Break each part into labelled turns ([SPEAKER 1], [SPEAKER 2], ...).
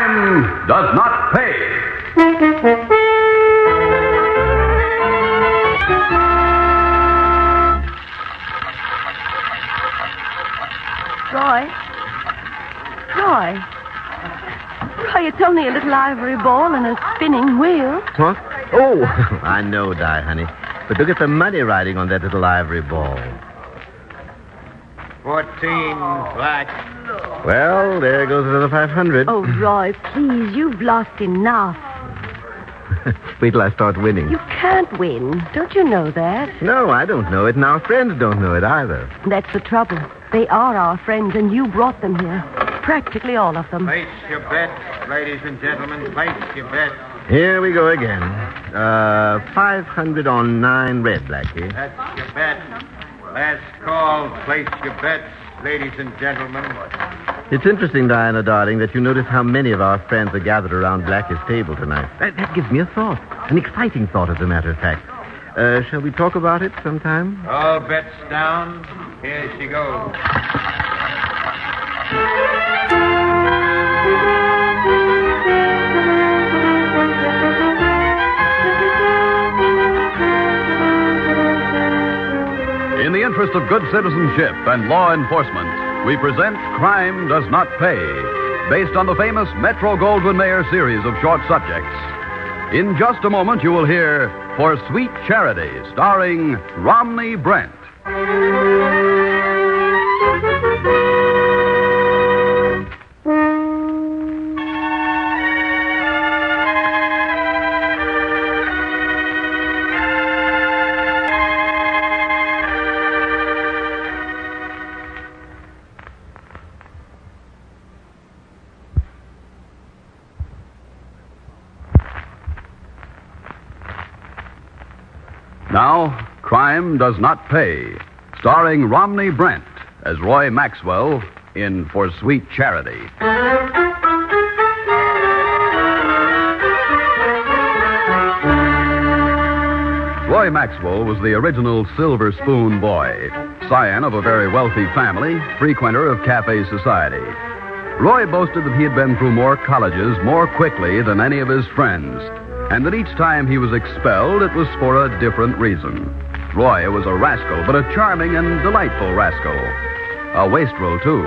[SPEAKER 1] Crime does not pay.
[SPEAKER 2] Roy. Roy. Roy, it's only a little ivory ball and a spinning wheel.
[SPEAKER 3] Huh? Oh, I know, Di, honey. But look at the money riding on that little ivory ball.
[SPEAKER 4] 14 black.
[SPEAKER 3] Well, there goes another 500.
[SPEAKER 2] Oh, Roy, please, you've lost enough.
[SPEAKER 3] Wait till I start winning.
[SPEAKER 2] You can't win. Don't you know that?
[SPEAKER 3] No, I don't know it, and our friends don't know it either.
[SPEAKER 2] That's the trouble. They are our friends, and you brought them here. Practically all of them.
[SPEAKER 4] Place your bet, ladies and gentlemen. Place your bet.
[SPEAKER 3] Here we go again. Uh, 500 on nine red, Blackie.
[SPEAKER 4] That's your bet. Last call. Place your bets, ladies and gentlemen.
[SPEAKER 3] It's interesting, Diana, darling, that you notice how many of our friends are gathered around Blackie's table tonight. That, that gives me a thought, an exciting thought, as a matter of fact. Uh, shall we talk about it sometime?
[SPEAKER 4] All bets down. Here she goes.
[SPEAKER 1] In the interest of good citizenship and law enforcement, we present Crime Does Not Pay, based on the famous Metro Goldwyn Mayer series of short subjects. In just a moment, you will hear For Sweet Charity, starring Romney Brent. Now, Crime Does Not Pay, starring Romney Brent as Roy Maxwell in For Sweet Charity. Roy Maxwell was the original silver spoon boy, scion of a very wealthy family, frequenter of cafe society. Roy boasted that he had been through more colleges more quickly than any of his friends, and that each time he was expelled, it was for a different reason. Roy was a rascal, but a charming and delightful rascal. A wastrel, too.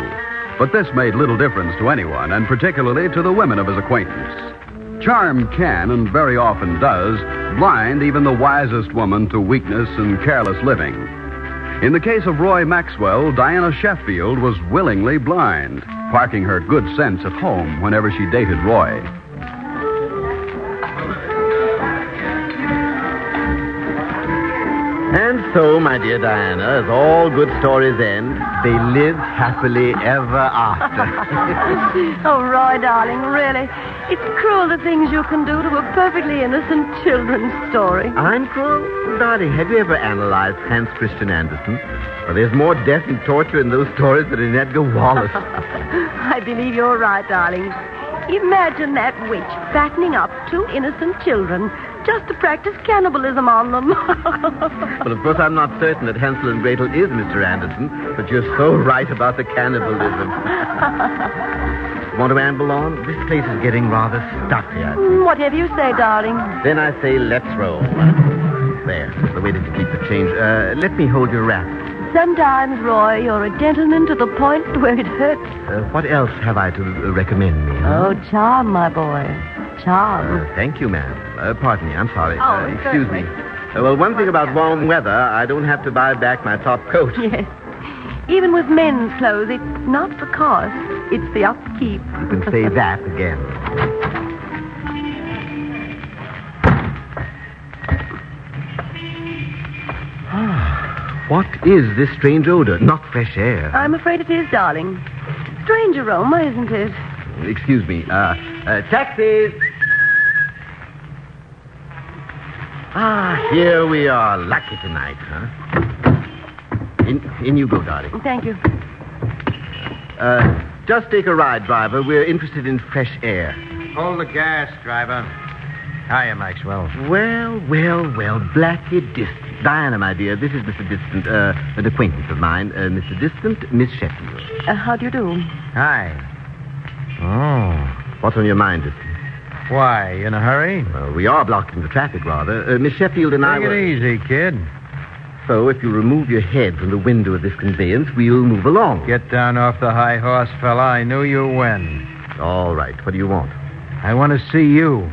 [SPEAKER 1] But this made little difference to anyone, and particularly to the women of his acquaintance. Charm can, and very often does, blind even the wisest woman to weakness and careless living. In the case of Roy Maxwell, Diana Sheffield was willingly blind, parking her good sense at home whenever she dated Roy.
[SPEAKER 3] And so, my dear Diana, as all good stories end, they live happily ever after.
[SPEAKER 2] oh, Roy, darling, really. It's cruel the things you can do to a perfectly innocent children's story.
[SPEAKER 3] I'm cruel. Darling, have you ever analyzed Hans Christian Andersen? Well, there's more death and torture in those stories than in Edgar Wallace.
[SPEAKER 2] I believe you're right, darling. Imagine that witch fattening up two innocent children just to practice cannibalism on them.
[SPEAKER 3] but of course, I'm not certain that Hansel and Gretel is Mr. Anderson, but you're so right about the cannibalism. Want to amble on? This place is getting rather stuffy, I think.
[SPEAKER 2] Whatever you say, darling.
[SPEAKER 3] Then I say, let's roll. There. The way that you keep the change. Uh, let me hold your wrap.
[SPEAKER 2] Sometimes, Roy, you're a gentleman to the point where it hurts.
[SPEAKER 3] Uh, what else have I to uh, recommend me? huh?
[SPEAKER 2] Oh, charm, my boy. Charm.
[SPEAKER 3] Uh, thank you, ma'am. Uh, pardon me. I'm sorry.
[SPEAKER 2] Oh,
[SPEAKER 3] uh, excuse
[SPEAKER 2] certainly.
[SPEAKER 3] me. Uh, well, one thing about warm weather, I don't have to buy back my top coat.
[SPEAKER 2] Yes. Even with men's clothes, it's not the cost, it's the upkeep.
[SPEAKER 3] You can say that again. Ah, What is this strange odor? Not fresh air.
[SPEAKER 2] I'm afraid it is, darling. Strange aroma, isn't it?
[SPEAKER 3] Excuse me. Uh, uh, taxis. Ah, here we are. Lucky tonight, huh? In, in you go, darling.
[SPEAKER 2] Thank you.
[SPEAKER 3] Uh, just take a ride, driver. We're interested in fresh air.
[SPEAKER 4] Hold the gas, driver. Hiya, Maxwell.
[SPEAKER 3] Well, well, well, Blackie Distant. Diana, my dear, this is Mr. Distant, uh, an acquaintance of mine. Uh, Mr. Distant, Miss Sheffield.
[SPEAKER 2] Uh, how do you do?
[SPEAKER 4] Hi. Oh.
[SPEAKER 3] What's on your mind, Justin?
[SPEAKER 5] Why, in a hurry?
[SPEAKER 3] Well, we are blocking the traffic, rather. Uh, Miss Sheffield and I
[SPEAKER 5] Take
[SPEAKER 3] were...
[SPEAKER 5] it easy, kid.
[SPEAKER 3] So if you remove your head from the window of this conveyance, we'll move along.
[SPEAKER 5] Get down off the high horse, fella. I knew you when.
[SPEAKER 3] All right. What do you want?
[SPEAKER 5] I want to see you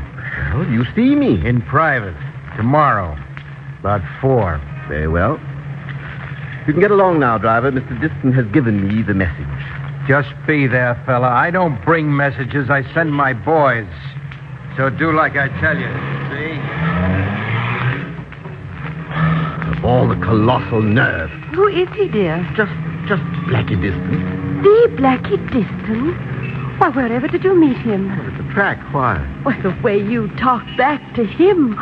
[SPEAKER 3] Well, you see me.
[SPEAKER 5] in private tomorrow, about four.
[SPEAKER 3] Very well. You can get along now, driver. Mr. Diston has given me the message.
[SPEAKER 5] Just be there, fella. I don't bring messages. I send my boys. So do like I tell you. See?
[SPEAKER 3] Of all the colossal nerve.
[SPEAKER 2] Who is he, dear?
[SPEAKER 3] Just, just Blackie Diston.
[SPEAKER 2] The Blackie Diston? Why, wherever did you meet him?
[SPEAKER 3] It's a track. Why?
[SPEAKER 2] Well, the way you talk back to him.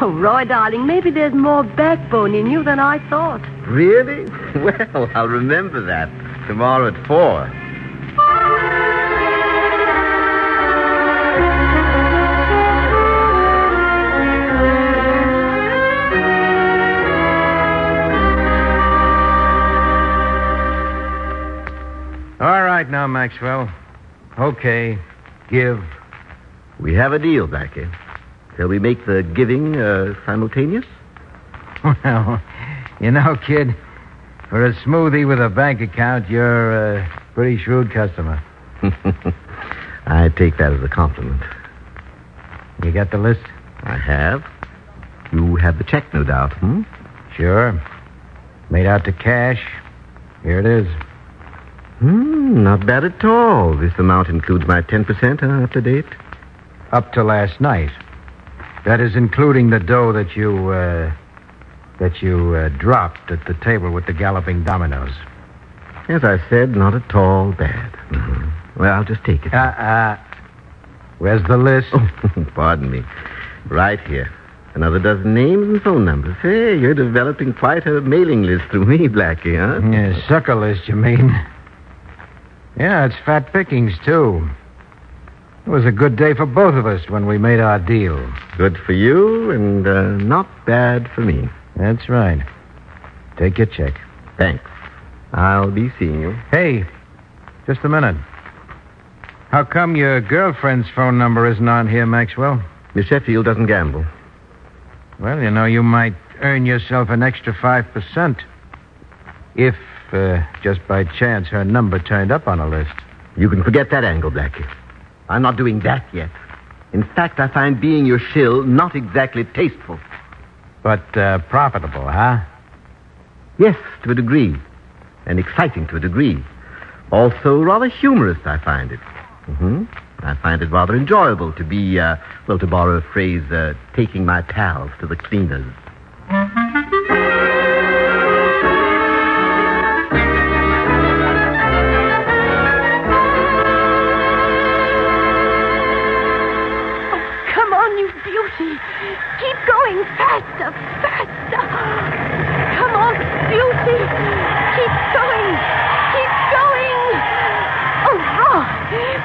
[SPEAKER 2] Oh, Roy, darling, maybe there's more backbone in you than I thought.
[SPEAKER 3] Really? Well, I'll remember that tomorrow at four.
[SPEAKER 5] All right now, Maxwell. Okay. Give.
[SPEAKER 3] We have a deal, Blackie. Shall we make the giving uh, simultaneous?
[SPEAKER 5] Well, you know, kid, for a smoothie with a bank account, you're uh, a pretty shrewd customer.
[SPEAKER 3] I take that as a compliment.
[SPEAKER 5] You got the list?
[SPEAKER 3] I have. You have the check, no doubt. Hmm?
[SPEAKER 5] Sure. Made out to cash. Here it is.
[SPEAKER 3] Hmm, not bad at all. This amount includes my 10% uh, up to date.
[SPEAKER 5] Up to last night. That is including the dough that you, uh, that you uh, dropped at the table with the galloping dominoes.
[SPEAKER 3] As I said, not at all bad. Mhm. Well, I'll just take it.
[SPEAKER 5] Uh, uh, where's the list?
[SPEAKER 3] Oh. Pardon me. Right here. Another dozen names and phone numbers. Hey, you're developing quite a mailing list through me, Blackie, huh?
[SPEAKER 5] Yeah, sucker list, you mean? Yeah, it's fat pickings, too. It was a good day for both of us when we made our deal.
[SPEAKER 3] Good for you and uh, not bad for me.
[SPEAKER 5] That's right. Take your check.
[SPEAKER 3] Thanks. I'll be seeing you.
[SPEAKER 5] Hey, just a minute. How come your girlfriend's phone number isn't on here, Maxwell?
[SPEAKER 3] Miss Sheffield doesn't gamble.
[SPEAKER 5] Well, you know, you might earn yourself an extra 5% if, uh, just by chance, her number turned up on a list.
[SPEAKER 3] You can forget that angle, Blackie. I'm not doing that yet. In fact, I find being your shill not exactly tasteful.
[SPEAKER 5] But uh, profitable, huh?
[SPEAKER 3] Yes, to a degree. And exciting to a degree. Also rather humorous, I find it. hmm I find it rather enjoyable to be, uh, well, to borrow a phrase, uh, taking my pals to the cleaners.
[SPEAKER 2] Come on, you beauty. Keep going faster, faster. Come on, beauty. Keep going. Keep going. Oh, Roy.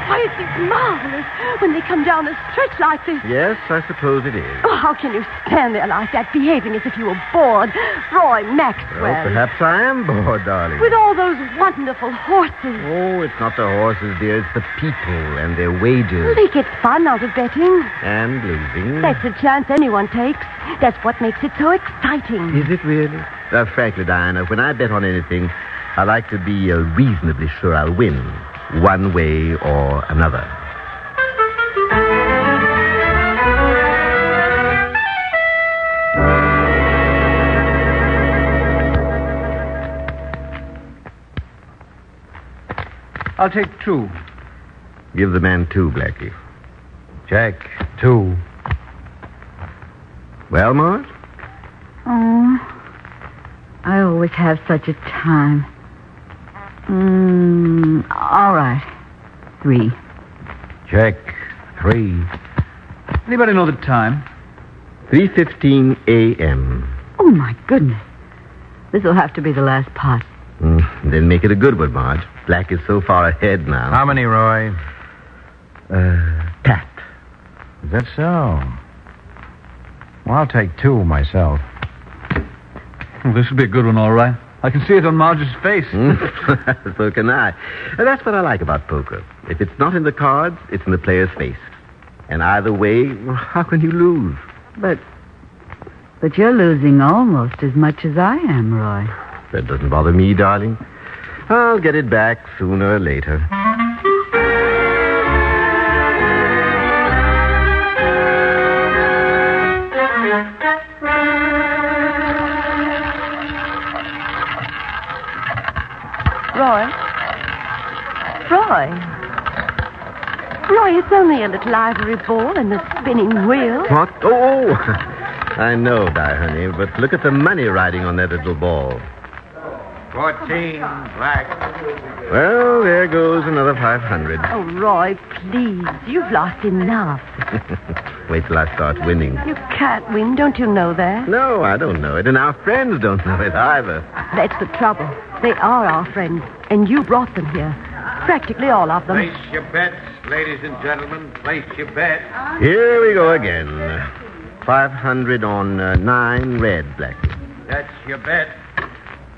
[SPEAKER 2] Why, it is marvelous when they come down a stretch like this.
[SPEAKER 3] Yes, I suppose it is.
[SPEAKER 2] Oh, how can you stand there like that, behaving as if you were bored? Roy Maxwell.
[SPEAKER 3] Well, perhaps I am bored, darling.
[SPEAKER 2] With all those wonderful horses.
[SPEAKER 3] Oh, it's not the horses, dear. It's the people and their wages
[SPEAKER 2] They get fun out of betting.
[SPEAKER 3] and losing.
[SPEAKER 2] That's a chance anyone takes. That's what makes it so exciting.
[SPEAKER 3] Is it really? Uh, frankly, Diana, when I bet on anything, I like to be uh, reasonably sure I'll win, one way or another.
[SPEAKER 5] I'll take two.
[SPEAKER 3] Give the man two, Blackie.
[SPEAKER 5] Jack, two.
[SPEAKER 3] Well, Marge?
[SPEAKER 6] Oh, I always have such a time. Mm, all right. Three.
[SPEAKER 5] Check. Three.
[SPEAKER 7] Anybody know the time?
[SPEAKER 3] 3.15 a.m.
[SPEAKER 6] Oh, my goodness. This'll have to be the last pot.
[SPEAKER 3] Mm, then make it a good one, Marge. Black is so far ahead now.
[SPEAKER 5] How many, Roy?
[SPEAKER 3] Uh, Pat.
[SPEAKER 5] Is that so? Well, I'll take two myself.
[SPEAKER 7] Well, this will be a good one, all right. I can see it on Marge's face.
[SPEAKER 3] Hmm? so can I. And that's what I like about poker. If it's not in the cards, it's in the player's face. And either way, how can you lose?
[SPEAKER 6] But. But you're losing almost as much as I am, Roy.
[SPEAKER 3] That doesn't bother me, darling. I'll get it back sooner or later.
[SPEAKER 2] Roy. Roy. Roy, it's only a little ivory ball and a spinning wheel.
[SPEAKER 3] What? Oh, oh. I know, Di, honey, but look at the money riding on that little ball.
[SPEAKER 4] Fourteen black.
[SPEAKER 3] Well, there goes another 500.
[SPEAKER 2] Oh, Roy, please. You've lost enough.
[SPEAKER 3] Wait till I start winning.
[SPEAKER 2] You can't win, don't you know that?
[SPEAKER 3] No, I don't know it, and our friends don't know it either.
[SPEAKER 2] That's the trouble. They are our friends, and you brought them here. Practically all of them.
[SPEAKER 4] Place your bets, ladies and gentlemen. Place your bets.
[SPEAKER 3] Here we go again. 500 on uh, nine red, Blackie.
[SPEAKER 4] That's your bet.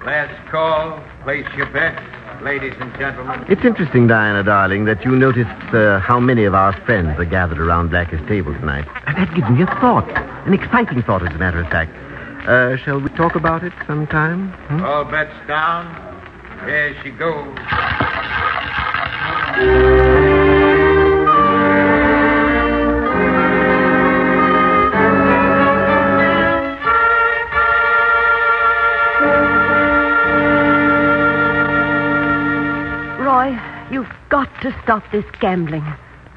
[SPEAKER 4] Last call. Place your bets, ladies and gentlemen.
[SPEAKER 3] It's interesting, Diana, darling, that you noticed uh, how many of our friends are gathered around Blackie's table tonight. Uh, That gives me a thought. An exciting thought, as a matter of fact. Uh, shall we talk about it sometime? Hmm?
[SPEAKER 4] All bets down. There she goes.
[SPEAKER 2] Roy, you've got to stop this gambling.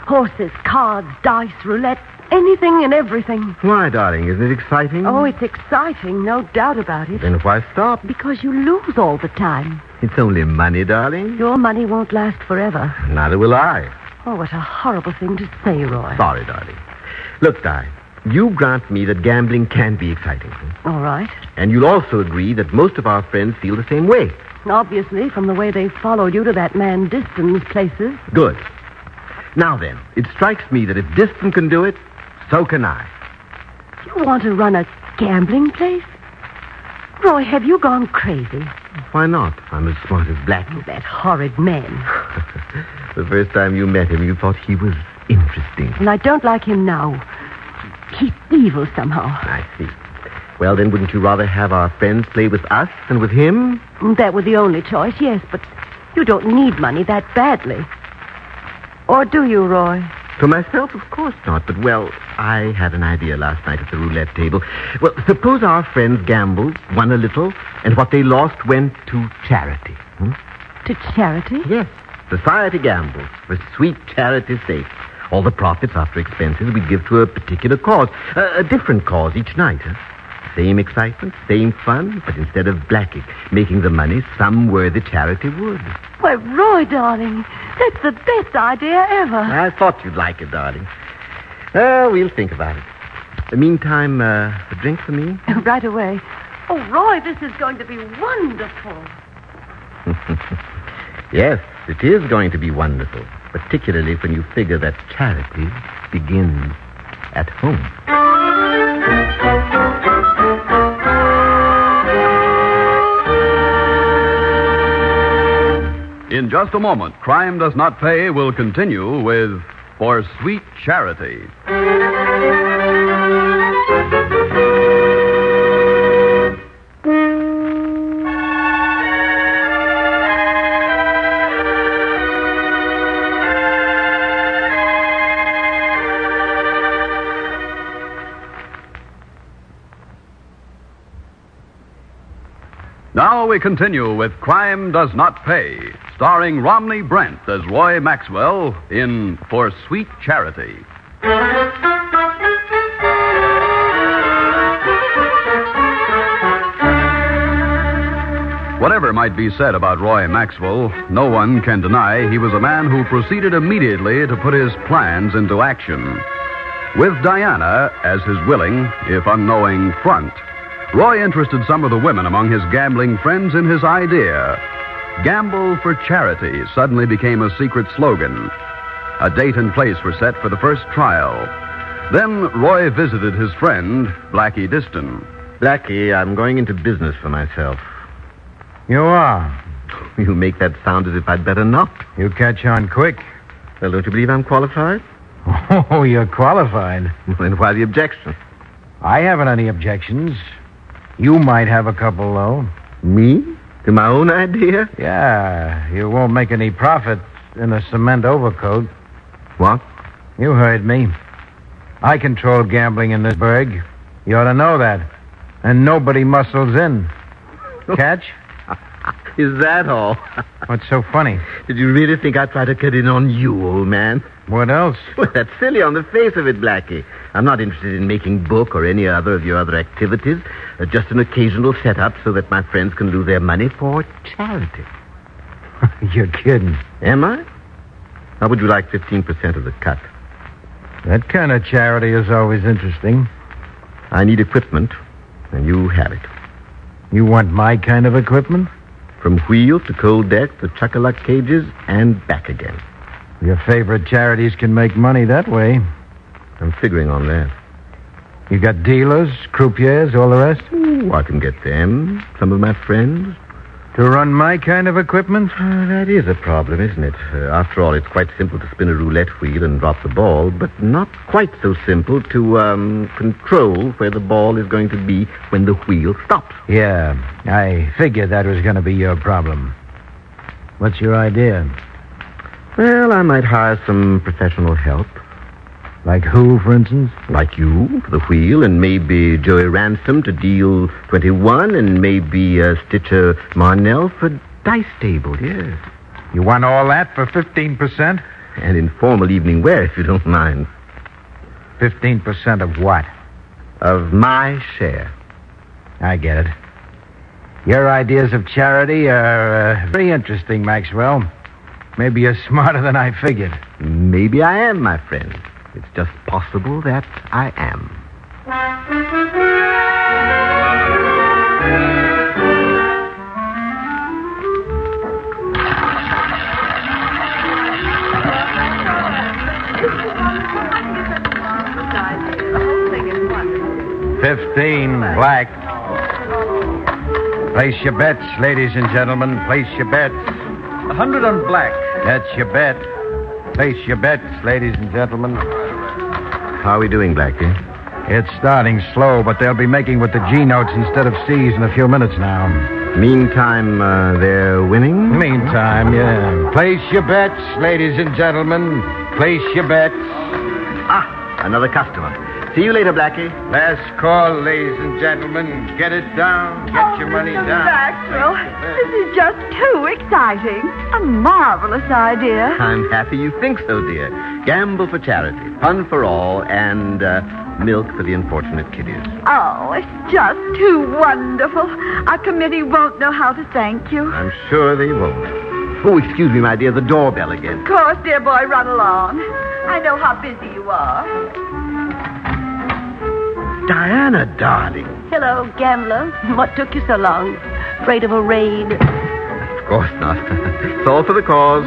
[SPEAKER 2] Horses, cards, dice, roulette, anything and everything.
[SPEAKER 3] Why, darling, isn't it exciting?
[SPEAKER 2] Oh, it's exciting, no doubt about it.
[SPEAKER 3] Then why stop?
[SPEAKER 2] Because you lose all the time.
[SPEAKER 3] It's only money, darling.
[SPEAKER 2] Your money won't last forever.
[SPEAKER 3] Neither will I.
[SPEAKER 2] Oh, what a horrible thing to say, Roy.
[SPEAKER 3] Sorry, darling. Look, Di, you grant me that gambling can be exciting. hmm?
[SPEAKER 2] All right.
[SPEAKER 3] And you'll also agree that most of our friends feel the same way.
[SPEAKER 2] Obviously, from the way they followed you to that man Diston's places.
[SPEAKER 3] Good. Now then, it strikes me that if Diston can do it, so can I.
[SPEAKER 2] You want to run a gambling place? Roy, have you gone crazy?
[SPEAKER 3] Why not? I'm as smart as Blackie.
[SPEAKER 2] That horrid man.
[SPEAKER 3] The first time you met him, you thought he was interesting.
[SPEAKER 2] And I don't like him now. He's evil somehow.
[SPEAKER 3] I see. Well, then, wouldn't you rather have our friends play with us than with him?
[SPEAKER 2] That were the only choice, yes, but you don't need money that badly. Or do you, Roy?
[SPEAKER 3] For myself, of course not. But, well, I had an idea last night at the roulette table. Well, suppose our friends gambled, won a little, and what they lost went to charity. Hmm?
[SPEAKER 2] To charity?
[SPEAKER 3] Yes. Society gambles for sweet charity's sake. All the profits after expenses we give to a particular cause, a, a different cause each night. huh? Same excitement, same fun, but instead of blacking, making the money, some worthy charity would.
[SPEAKER 2] Why, Roy, darling, that's the best idea ever.
[SPEAKER 3] I thought you'd like it, darling. Uh, we'll think about it. In the meantime, uh, a drink for me?
[SPEAKER 2] right away. Oh, Roy, this is going to be wonderful.
[SPEAKER 3] Yes, it is going to be wonderful, particularly when you figure that charity begins at home.
[SPEAKER 1] In just a moment, Crime Does Not Pay will continue with For Sweet Charity. Now we continue with Crime Does Not Pay, starring Romney Brent as Roy Maxwell in For Sweet Charity. Whatever might be said about Roy Maxwell, no one can deny he was a man who proceeded immediately to put his plans into action. With Diana as his willing, if unknowing, front, Roy interested some of the women among his gambling friends in his idea. Gamble for charity suddenly became a secret slogan. A date and place were set for the first trial. Then Roy visited his friend, Blackie Diston.
[SPEAKER 3] Blackie, I'm going into business for myself.
[SPEAKER 5] You are.
[SPEAKER 3] You make that sound as if I'd better not.
[SPEAKER 5] You catch on quick.
[SPEAKER 3] Well, don't you believe I'm qualified?
[SPEAKER 5] Oh, you're qualified.
[SPEAKER 3] Then why the objection?
[SPEAKER 5] I haven't any objections. You might have a couple, though.
[SPEAKER 3] Me? To my own idea?
[SPEAKER 5] Yeah, you won't make any profit in a cement overcoat.
[SPEAKER 3] What?
[SPEAKER 5] You heard me. I control gambling in this burg. You ought to know that. And nobody muscles in. Catch?
[SPEAKER 3] Is that all?
[SPEAKER 5] What's so funny?
[SPEAKER 3] Did you really think I'd try to cut in on you, old man?
[SPEAKER 5] What else?
[SPEAKER 3] Well, that's silly on the face of it, Blackie. I'm not interested in making book or any other of your other activities. Uh, just an occasional setup so that my friends can lose their money for charity.
[SPEAKER 5] you're kidding.
[SPEAKER 3] Am I? How would you like 15% of the cut?
[SPEAKER 5] That kind of charity is always interesting.
[SPEAKER 3] I need equipment, and you have it.
[SPEAKER 5] You want my kind of equipment?
[SPEAKER 3] From wheels to cold deck to chuckalack cages and back again.
[SPEAKER 5] Your favorite charities can make money that way.
[SPEAKER 3] I'm figuring on that.
[SPEAKER 5] You got dealers, croupiers, all the rest?
[SPEAKER 3] Ooh, I can get them. Some of my friends.
[SPEAKER 5] To run my kind of equipment?
[SPEAKER 3] Uh, that is a problem, isn't it? Uh, after all, it's quite simple to spin a roulette wheel and drop the ball, but not quite so simple to um, control where the ball is going to be when the wheel stops.
[SPEAKER 5] Yeah, I figured that was going to be your problem. What's your idea?
[SPEAKER 3] Well, I might hire some professional help.
[SPEAKER 5] Like who, for instance?
[SPEAKER 3] Like you, for the wheel, and maybe Joey Ransom to deal 21, and maybe uh, Stitcher Marnell for dice table, yes.
[SPEAKER 5] You want all that for 15%?
[SPEAKER 3] And informal evening wear, if you don't mind,
[SPEAKER 5] 15% of what?
[SPEAKER 3] of my share.
[SPEAKER 5] I get it. Your ideas of charity are uh, very interesting, Maxwell. Maybe you're smarter than I figured.
[SPEAKER 3] Maybe I am, my friend. It's just possible that I am.
[SPEAKER 5] Fifteen black. Place your bets, ladies and gentlemen. Place your bets.
[SPEAKER 7] A hundred on black.
[SPEAKER 5] That's your bet. Place your bets, ladies and gentlemen.
[SPEAKER 3] How are we doing, Blackie?
[SPEAKER 5] It's starting slow, but they'll be making with the G notes instead of C's in a few minutes now.
[SPEAKER 3] Meantime, uh, they're winning?
[SPEAKER 5] Meantime, yeah. Place your bets, ladies and gentlemen. Place your bets.
[SPEAKER 3] Ah, another customer. See you later, Blackie.
[SPEAKER 4] Last call, ladies and gentlemen. Get it down. Get
[SPEAKER 6] Oh,
[SPEAKER 4] your money
[SPEAKER 6] Mr.
[SPEAKER 4] down.
[SPEAKER 6] Maxwell, this is just too exciting. A marvelous idea.
[SPEAKER 3] I'm happy you think so, dear. Gamble for charity, fun for all, and uh, milk for the unfortunate kiddies.
[SPEAKER 6] Oh, it's just too wonderful. Our committee won't know how to thank you.
[SPEAKER 3] I'm sure they won't. Oh, excuse me, my dear, the doorbell again.
[SPEAKER 6] Of course, dear boy, run along. I know how busy you are.
[SPEAKER 3] Diana, darling.
[SPEAKER 2] Hello, gambler. What took you so long? Afraid of a raid?
[SPEAKER 3] Of course not. it's all for the cause.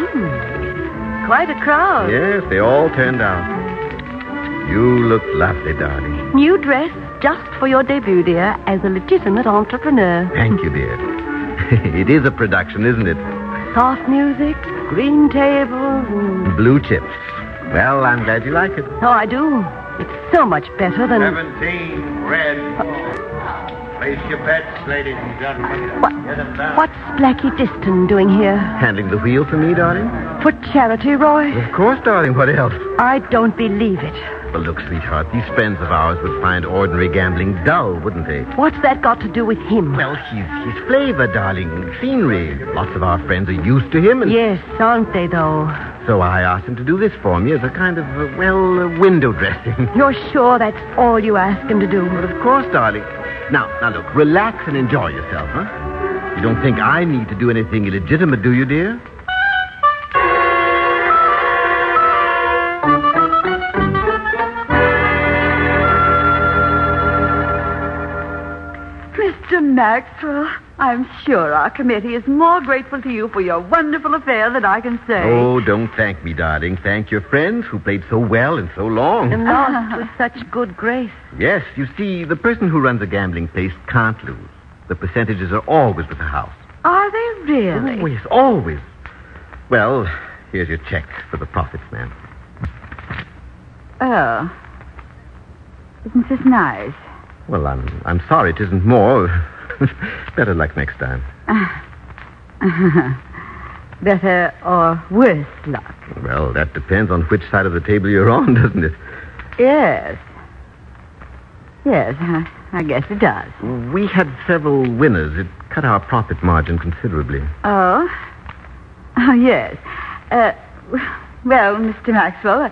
[SPEAKER 2] Quite a crowd.
[SPEAKER 3] Yes, they all turned out. You look lovely, darling.
[SPEAKER 2] New dress just for your debut, dear, as a legitimate entrepreneur.
[SPEAKER 3] Thank you, dear. it is a production, isn't it?
[SPEAKER 2] Soft music, green tables, and...
[SPEAKER 3] Blue chips. Well, I'm glad you like it.
[SPEAKER 2] Oh, I do. It's so much better than...
[SPEAKER 4] 17, red. Place your bets, ladies and gentlemen.
[SPEAKER 2] What-
[SPEAKER 4] Get 'em down.
[SPEAKER 2] What's Blackie Diston doing here?
[SPEAKER 3] Handling the wheel for me, darling?
[SPEAKER 2] For charity, Roy?
[SPEAKER 3] Of course, darling. What else?
[SPEAKER 2] I don't believe it.
[SPEAKER 3] Well, look, sweetheart, these friends of ours would find ordinary gambling dull, wouldn't they?
[SPEAKER 2] What's that got to do with him?
[SPEAKER 3] Well, he's, he's flavor, darling, scenery. Lots of our friends are used to him, and
[SPEAKER 2] Yes, aren't they, though?
[SPEAKER 3] so I asked him to do this for me as a kind of, uh, well, uh, window dressing.
[SPEAKER 2] You're sure that's all you ask him to do?
[SPEAKER 3] but of course, darling. Now, now look, relax and enjoy yourself, huh? You don't think I need to do anything illegitimate, do you, dear?
[SPEAKER 6] Mr. Maxwell, I'm sure our committee is more grateful to you for your wonderful affair than I can say.
[SPEAKER 3] Oh, don't thank me, darling. Thank your friends who played so well and so long.
[SPEAKER 2] And lost with such good grace.
[SPEAKER 3] Yes, you see, the person who runs a gambling place can't lose. The percentages are always with the house.
[SPEAKER 6] Are they really?
[SPEAKER 3] Always, always. Well, here's your check for the profits, ma'am.
[SPEAKER 6] Oh. Isn't this nice?
[SPEAKER 3] Well, I'm, I'm sorry it isn't more. Better luck next time.
[SPEAKER 6] Better or worse luck?
[SPEAKER 3] Well, that depends on which side of the table you're on, doesn't it?
[SPEAKER 6] Yes. Yes, I, I guess it does.
[SPEAKER 3] We had several winners. It cut our profit margin considerably.
[SPEAKER 6] Oh? Oh, yes. Uh, well, Mr. Maxwell, uh,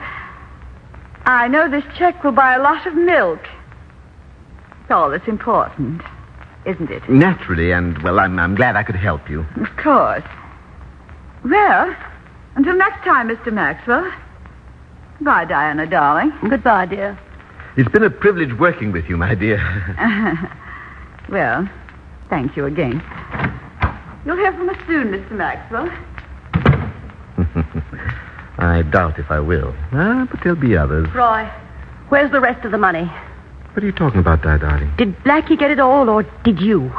[SPEAKER 6] I know this check will buy a lot of milk. It's all that's important, isn't it?
[SPEAKER 3] Naturally, and, well, I'm, I'm glad I could help you.
[SPEAKER 6] Of course. Well, until next time, Mr. Maxwell. Bye, Diana, darling.
[SPEAKER 2] Goodbye, dear.
[SPEAKER 3] It's been a privilege working with you, my dear.
[SPEAKER 6] Well, thank you again. You'll hear from us soon, Mr. Maxwell.
[SPEAKER 3] I doubt if I will. Ah, but there'll be others.
[SPEAKER 2] Roy, where's the rest of the money?
[SPEAKER 3] What are you talking about, Di, darling?
[SPEAKER 2] Did Blackie get it all, or did you?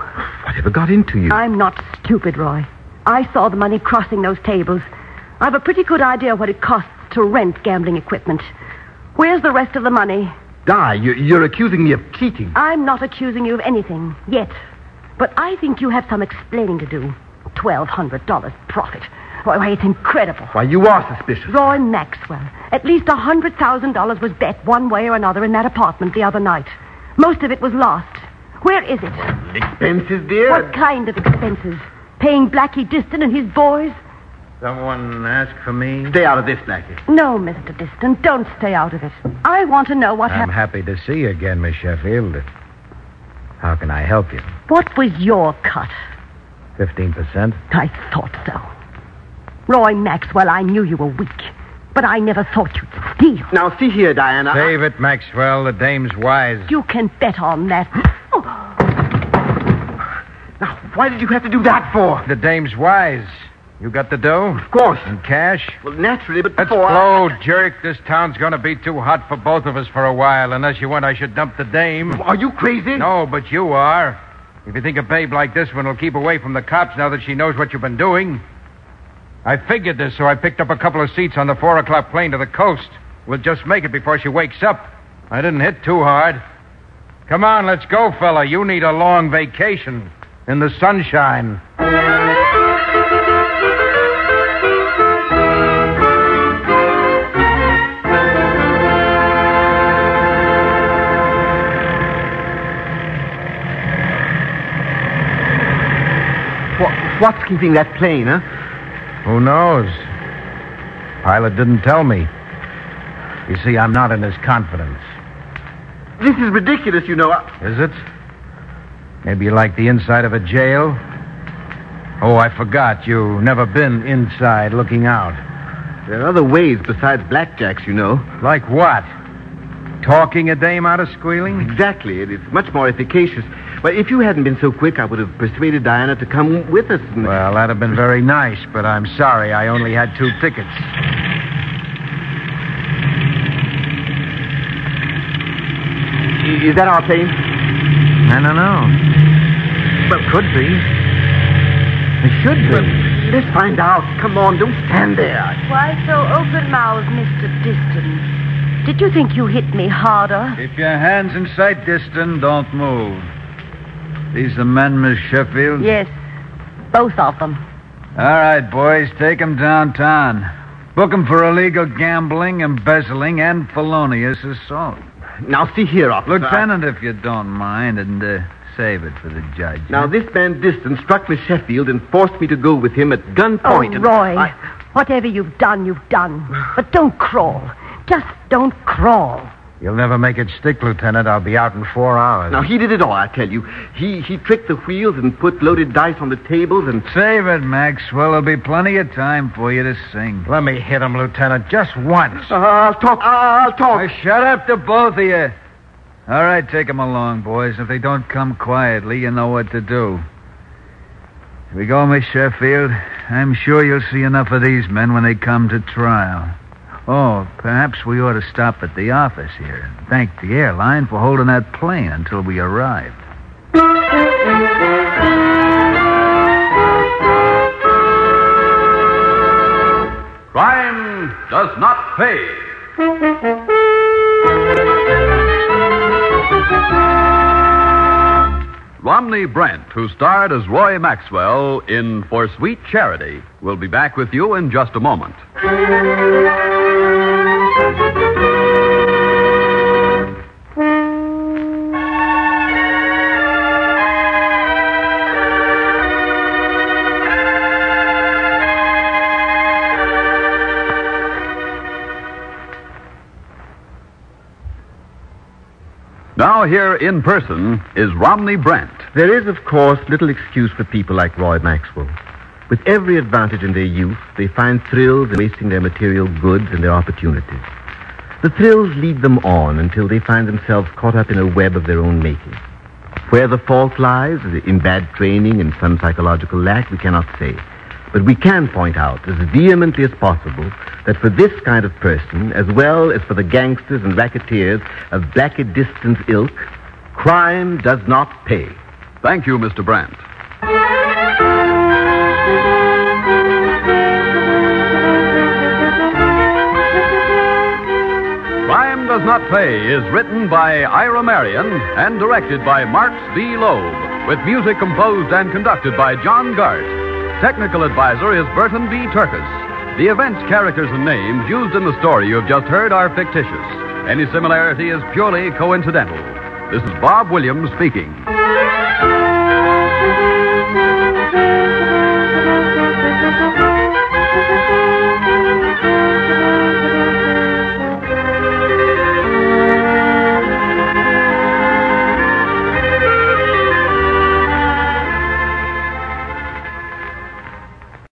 [SPEAKER 3] Whatever got into you?
[SPEAKER 2] I'm not stupid, Roy. I saw the money crossing those tables. I've a pretty good idea what it costs to rent gambling equipment. Where's the rest of the money?
[SPEAKER 3] Di, you, you're accusing me of cheating.
[SPEAKER 2] I'm not accusing you of anything yet, but I think you have some explaining to do. Twelve hundred dollars profit. Why, why, it's incredible.
[SPEAKER 3] Why, you are suspicious.
[SPEAKER 2] Roy Maxwell. At least a hundred thousand dollars was bet one way or another in that apartment the other night. Most of it was lost. Where is it?
[SPEAKER 3] Expenses, dear?
[SPEAKER 2] What kind of expenses? Paying Blackie Diston and his boys?
[SPEAKER 4] Someone asked for me?
[SPEAKER 3] Stay out of this, Blackie.
[SPEAKER 2] No, Mr. Diston, don't stay out of it. I want to know what
[SPEAKER 5] I'm
[SPEAKER 2] happened.
[SPEAKER 5] happy to see you again, Miss Sheffield. How can I help you?
[SPEAKER 2] What was your cut?
[SPEAKER 5] 15%?
[SPEAKER 2] I thought so. Roy Maxwell, I knew you were weak, but I never thought you'd steal.
[SPEAKER 3] Now, see here, Diana. I-
[SPEAKER 5] Save it, Maxwell. The dame's wise.
[SPEAKER 2] You can bet on that. Oh,
[SPEAKER 3] Now, why did you have to do that for?
[SPEAKER 5] The dame's wise. You got the dough?
[SPEAKER 3] Of course.
[SPEAKER 5] And cash?
[SPEAKER 3] Well, naturally, but
[SPEAKER 5] Let's
[SPEAKER 3] before.
[SPEAKER 5] blow, jerk. This town's going to be too hot for both of us for a while, unless you want I should dump the dame.
[SPEAKER 3] Are you crazy?
[SPEAKER 5] No, but you are. If you think a babe like this one will keep away from the cops now that she knows what you've been doing. I figured this, so I picked up a couple of seats on the four o'clock plane to the coast. We'll just make it before she wakes up. I didn't hit too hard. Come on, let's go, fella. You need a long vacation in the sunshine.
[SPEAKER 3] Wha- What's keeping that plane, huh?
[SPEAKER 5] Who knows? Pilot didn't tell me. You see, I'm not in his confidence.
[SPEAKER 3] This is ridiculous, you know. I-
[SPEAKER 5] Is it? Maybe you like the inside of a jail? Oh, I forgot. You've never been inside looking out.
[SPEAKER 3] There are other ways besides blackjacks, you know.
[SPEAKER 5] Like what? Talking a dame out of squealing?
[SPEAKER 3] Exactly. and It's much more efficacious. Well, if you hadn't been so quick, I would have persuaded Diana to come with us. And...
[SPEAKER 5] Well, that'd have been very nice, but I'm sorry I only had two tickets.
[SPEAKER 3] I- Is that our plane?
[SPEAKER 5] I don't know.
[SPEAKER 3] Well, could be.
[SPEAKER 5] It should
[SPEAKER 3] Well,
[SPEAKER 5] be.
[SPEAKER 3] let's find out. Come on, don't stand there.
[SPEAKER 2] why so open mouthed, Mr. Diston? Did you think you hit me harder?
[SPEAKER 7] Keep your hands in sight distance. Don't move. These the men, Miss Sheffield?
[SPEAKER 2] Yes, both of them.
[SPEAKER 7] All right, boys, take 'em downtown. Book 'em for illegal gambling, embezzling, and felonious assault.
[SPEAKER 3] Now, see here, officer.
[SPEAKER 7] Lieutenant, if you don't mind, and uh, save it for the judge.
[SPEAKER 3] Now, this man Diston struck Miss Sheffield and forced me to go with him at gunpoint.
[SPEAKER 2] oh,
[SPEAKER 3] and
[SPEAKER 2] Roy,
[SPEAKER 3] I-
[SPEAKER 2] whatever you've done, you've done. But don't crawl. Just don't crawl.
[SPEAKER 5] You'll never make it stick, Lieutenant. I'll be out in four hours.
[SPEAKER 3] Now, he did it all, I tell you. He, he tricked the wheels and put loaded dice on the tables and...
[SPEAKER 7] Save it, Maxwell. There'll be plenty of time for you to sing.
[SPEAKER 5] Let me hit him, Lieutenant, just once.
[SPEAKER 3] Uh, I'll talk. I'll
[SPEAKER 7] Now, shut up to both of you. All right, take 'em along, boys. If they don't come quietly, you know what to do. Here we go, Miss Sheffield. I'm sure you'll see enough of these men when they come to trial. Oh, perhaps we ought to stop at the office here and thank the airline for holding that plane until we arrived.
[SPEAKER 1] does not pay. Romney Brent, who starred as Roy Maxwell in For Sweet Charity, will be back with you in just a moment. Now, here in person is Romney Brent.
[SPEAKER 3] There is, of course, little excuse for people like Roy Maxwell. With every advantage in their youth, they find thrills in wasting their material goods and their opportunities. The thrills lead them on until they find themselves caught up in a web of their own making. Where the fault lies, in bad training and some psychological lack, we cannot say. But we can point out as vehemently as possible that for this kind of person, as well as for the gangsters and racketeers of blacked distance ilk, crime does not pay.
[SPEAKER 1] Thank you, Mr. Brandt. Crime Does Not Pay is written by Ira Marion and directed by Marks B. Loeb, with music composed and conducted by John Gart. Technical advisor is Burton B. Turkus. The events, characters, and names used in the story you have just heard are fictitious. Any similarity is purely coincidental. This is Bob Williams speaking.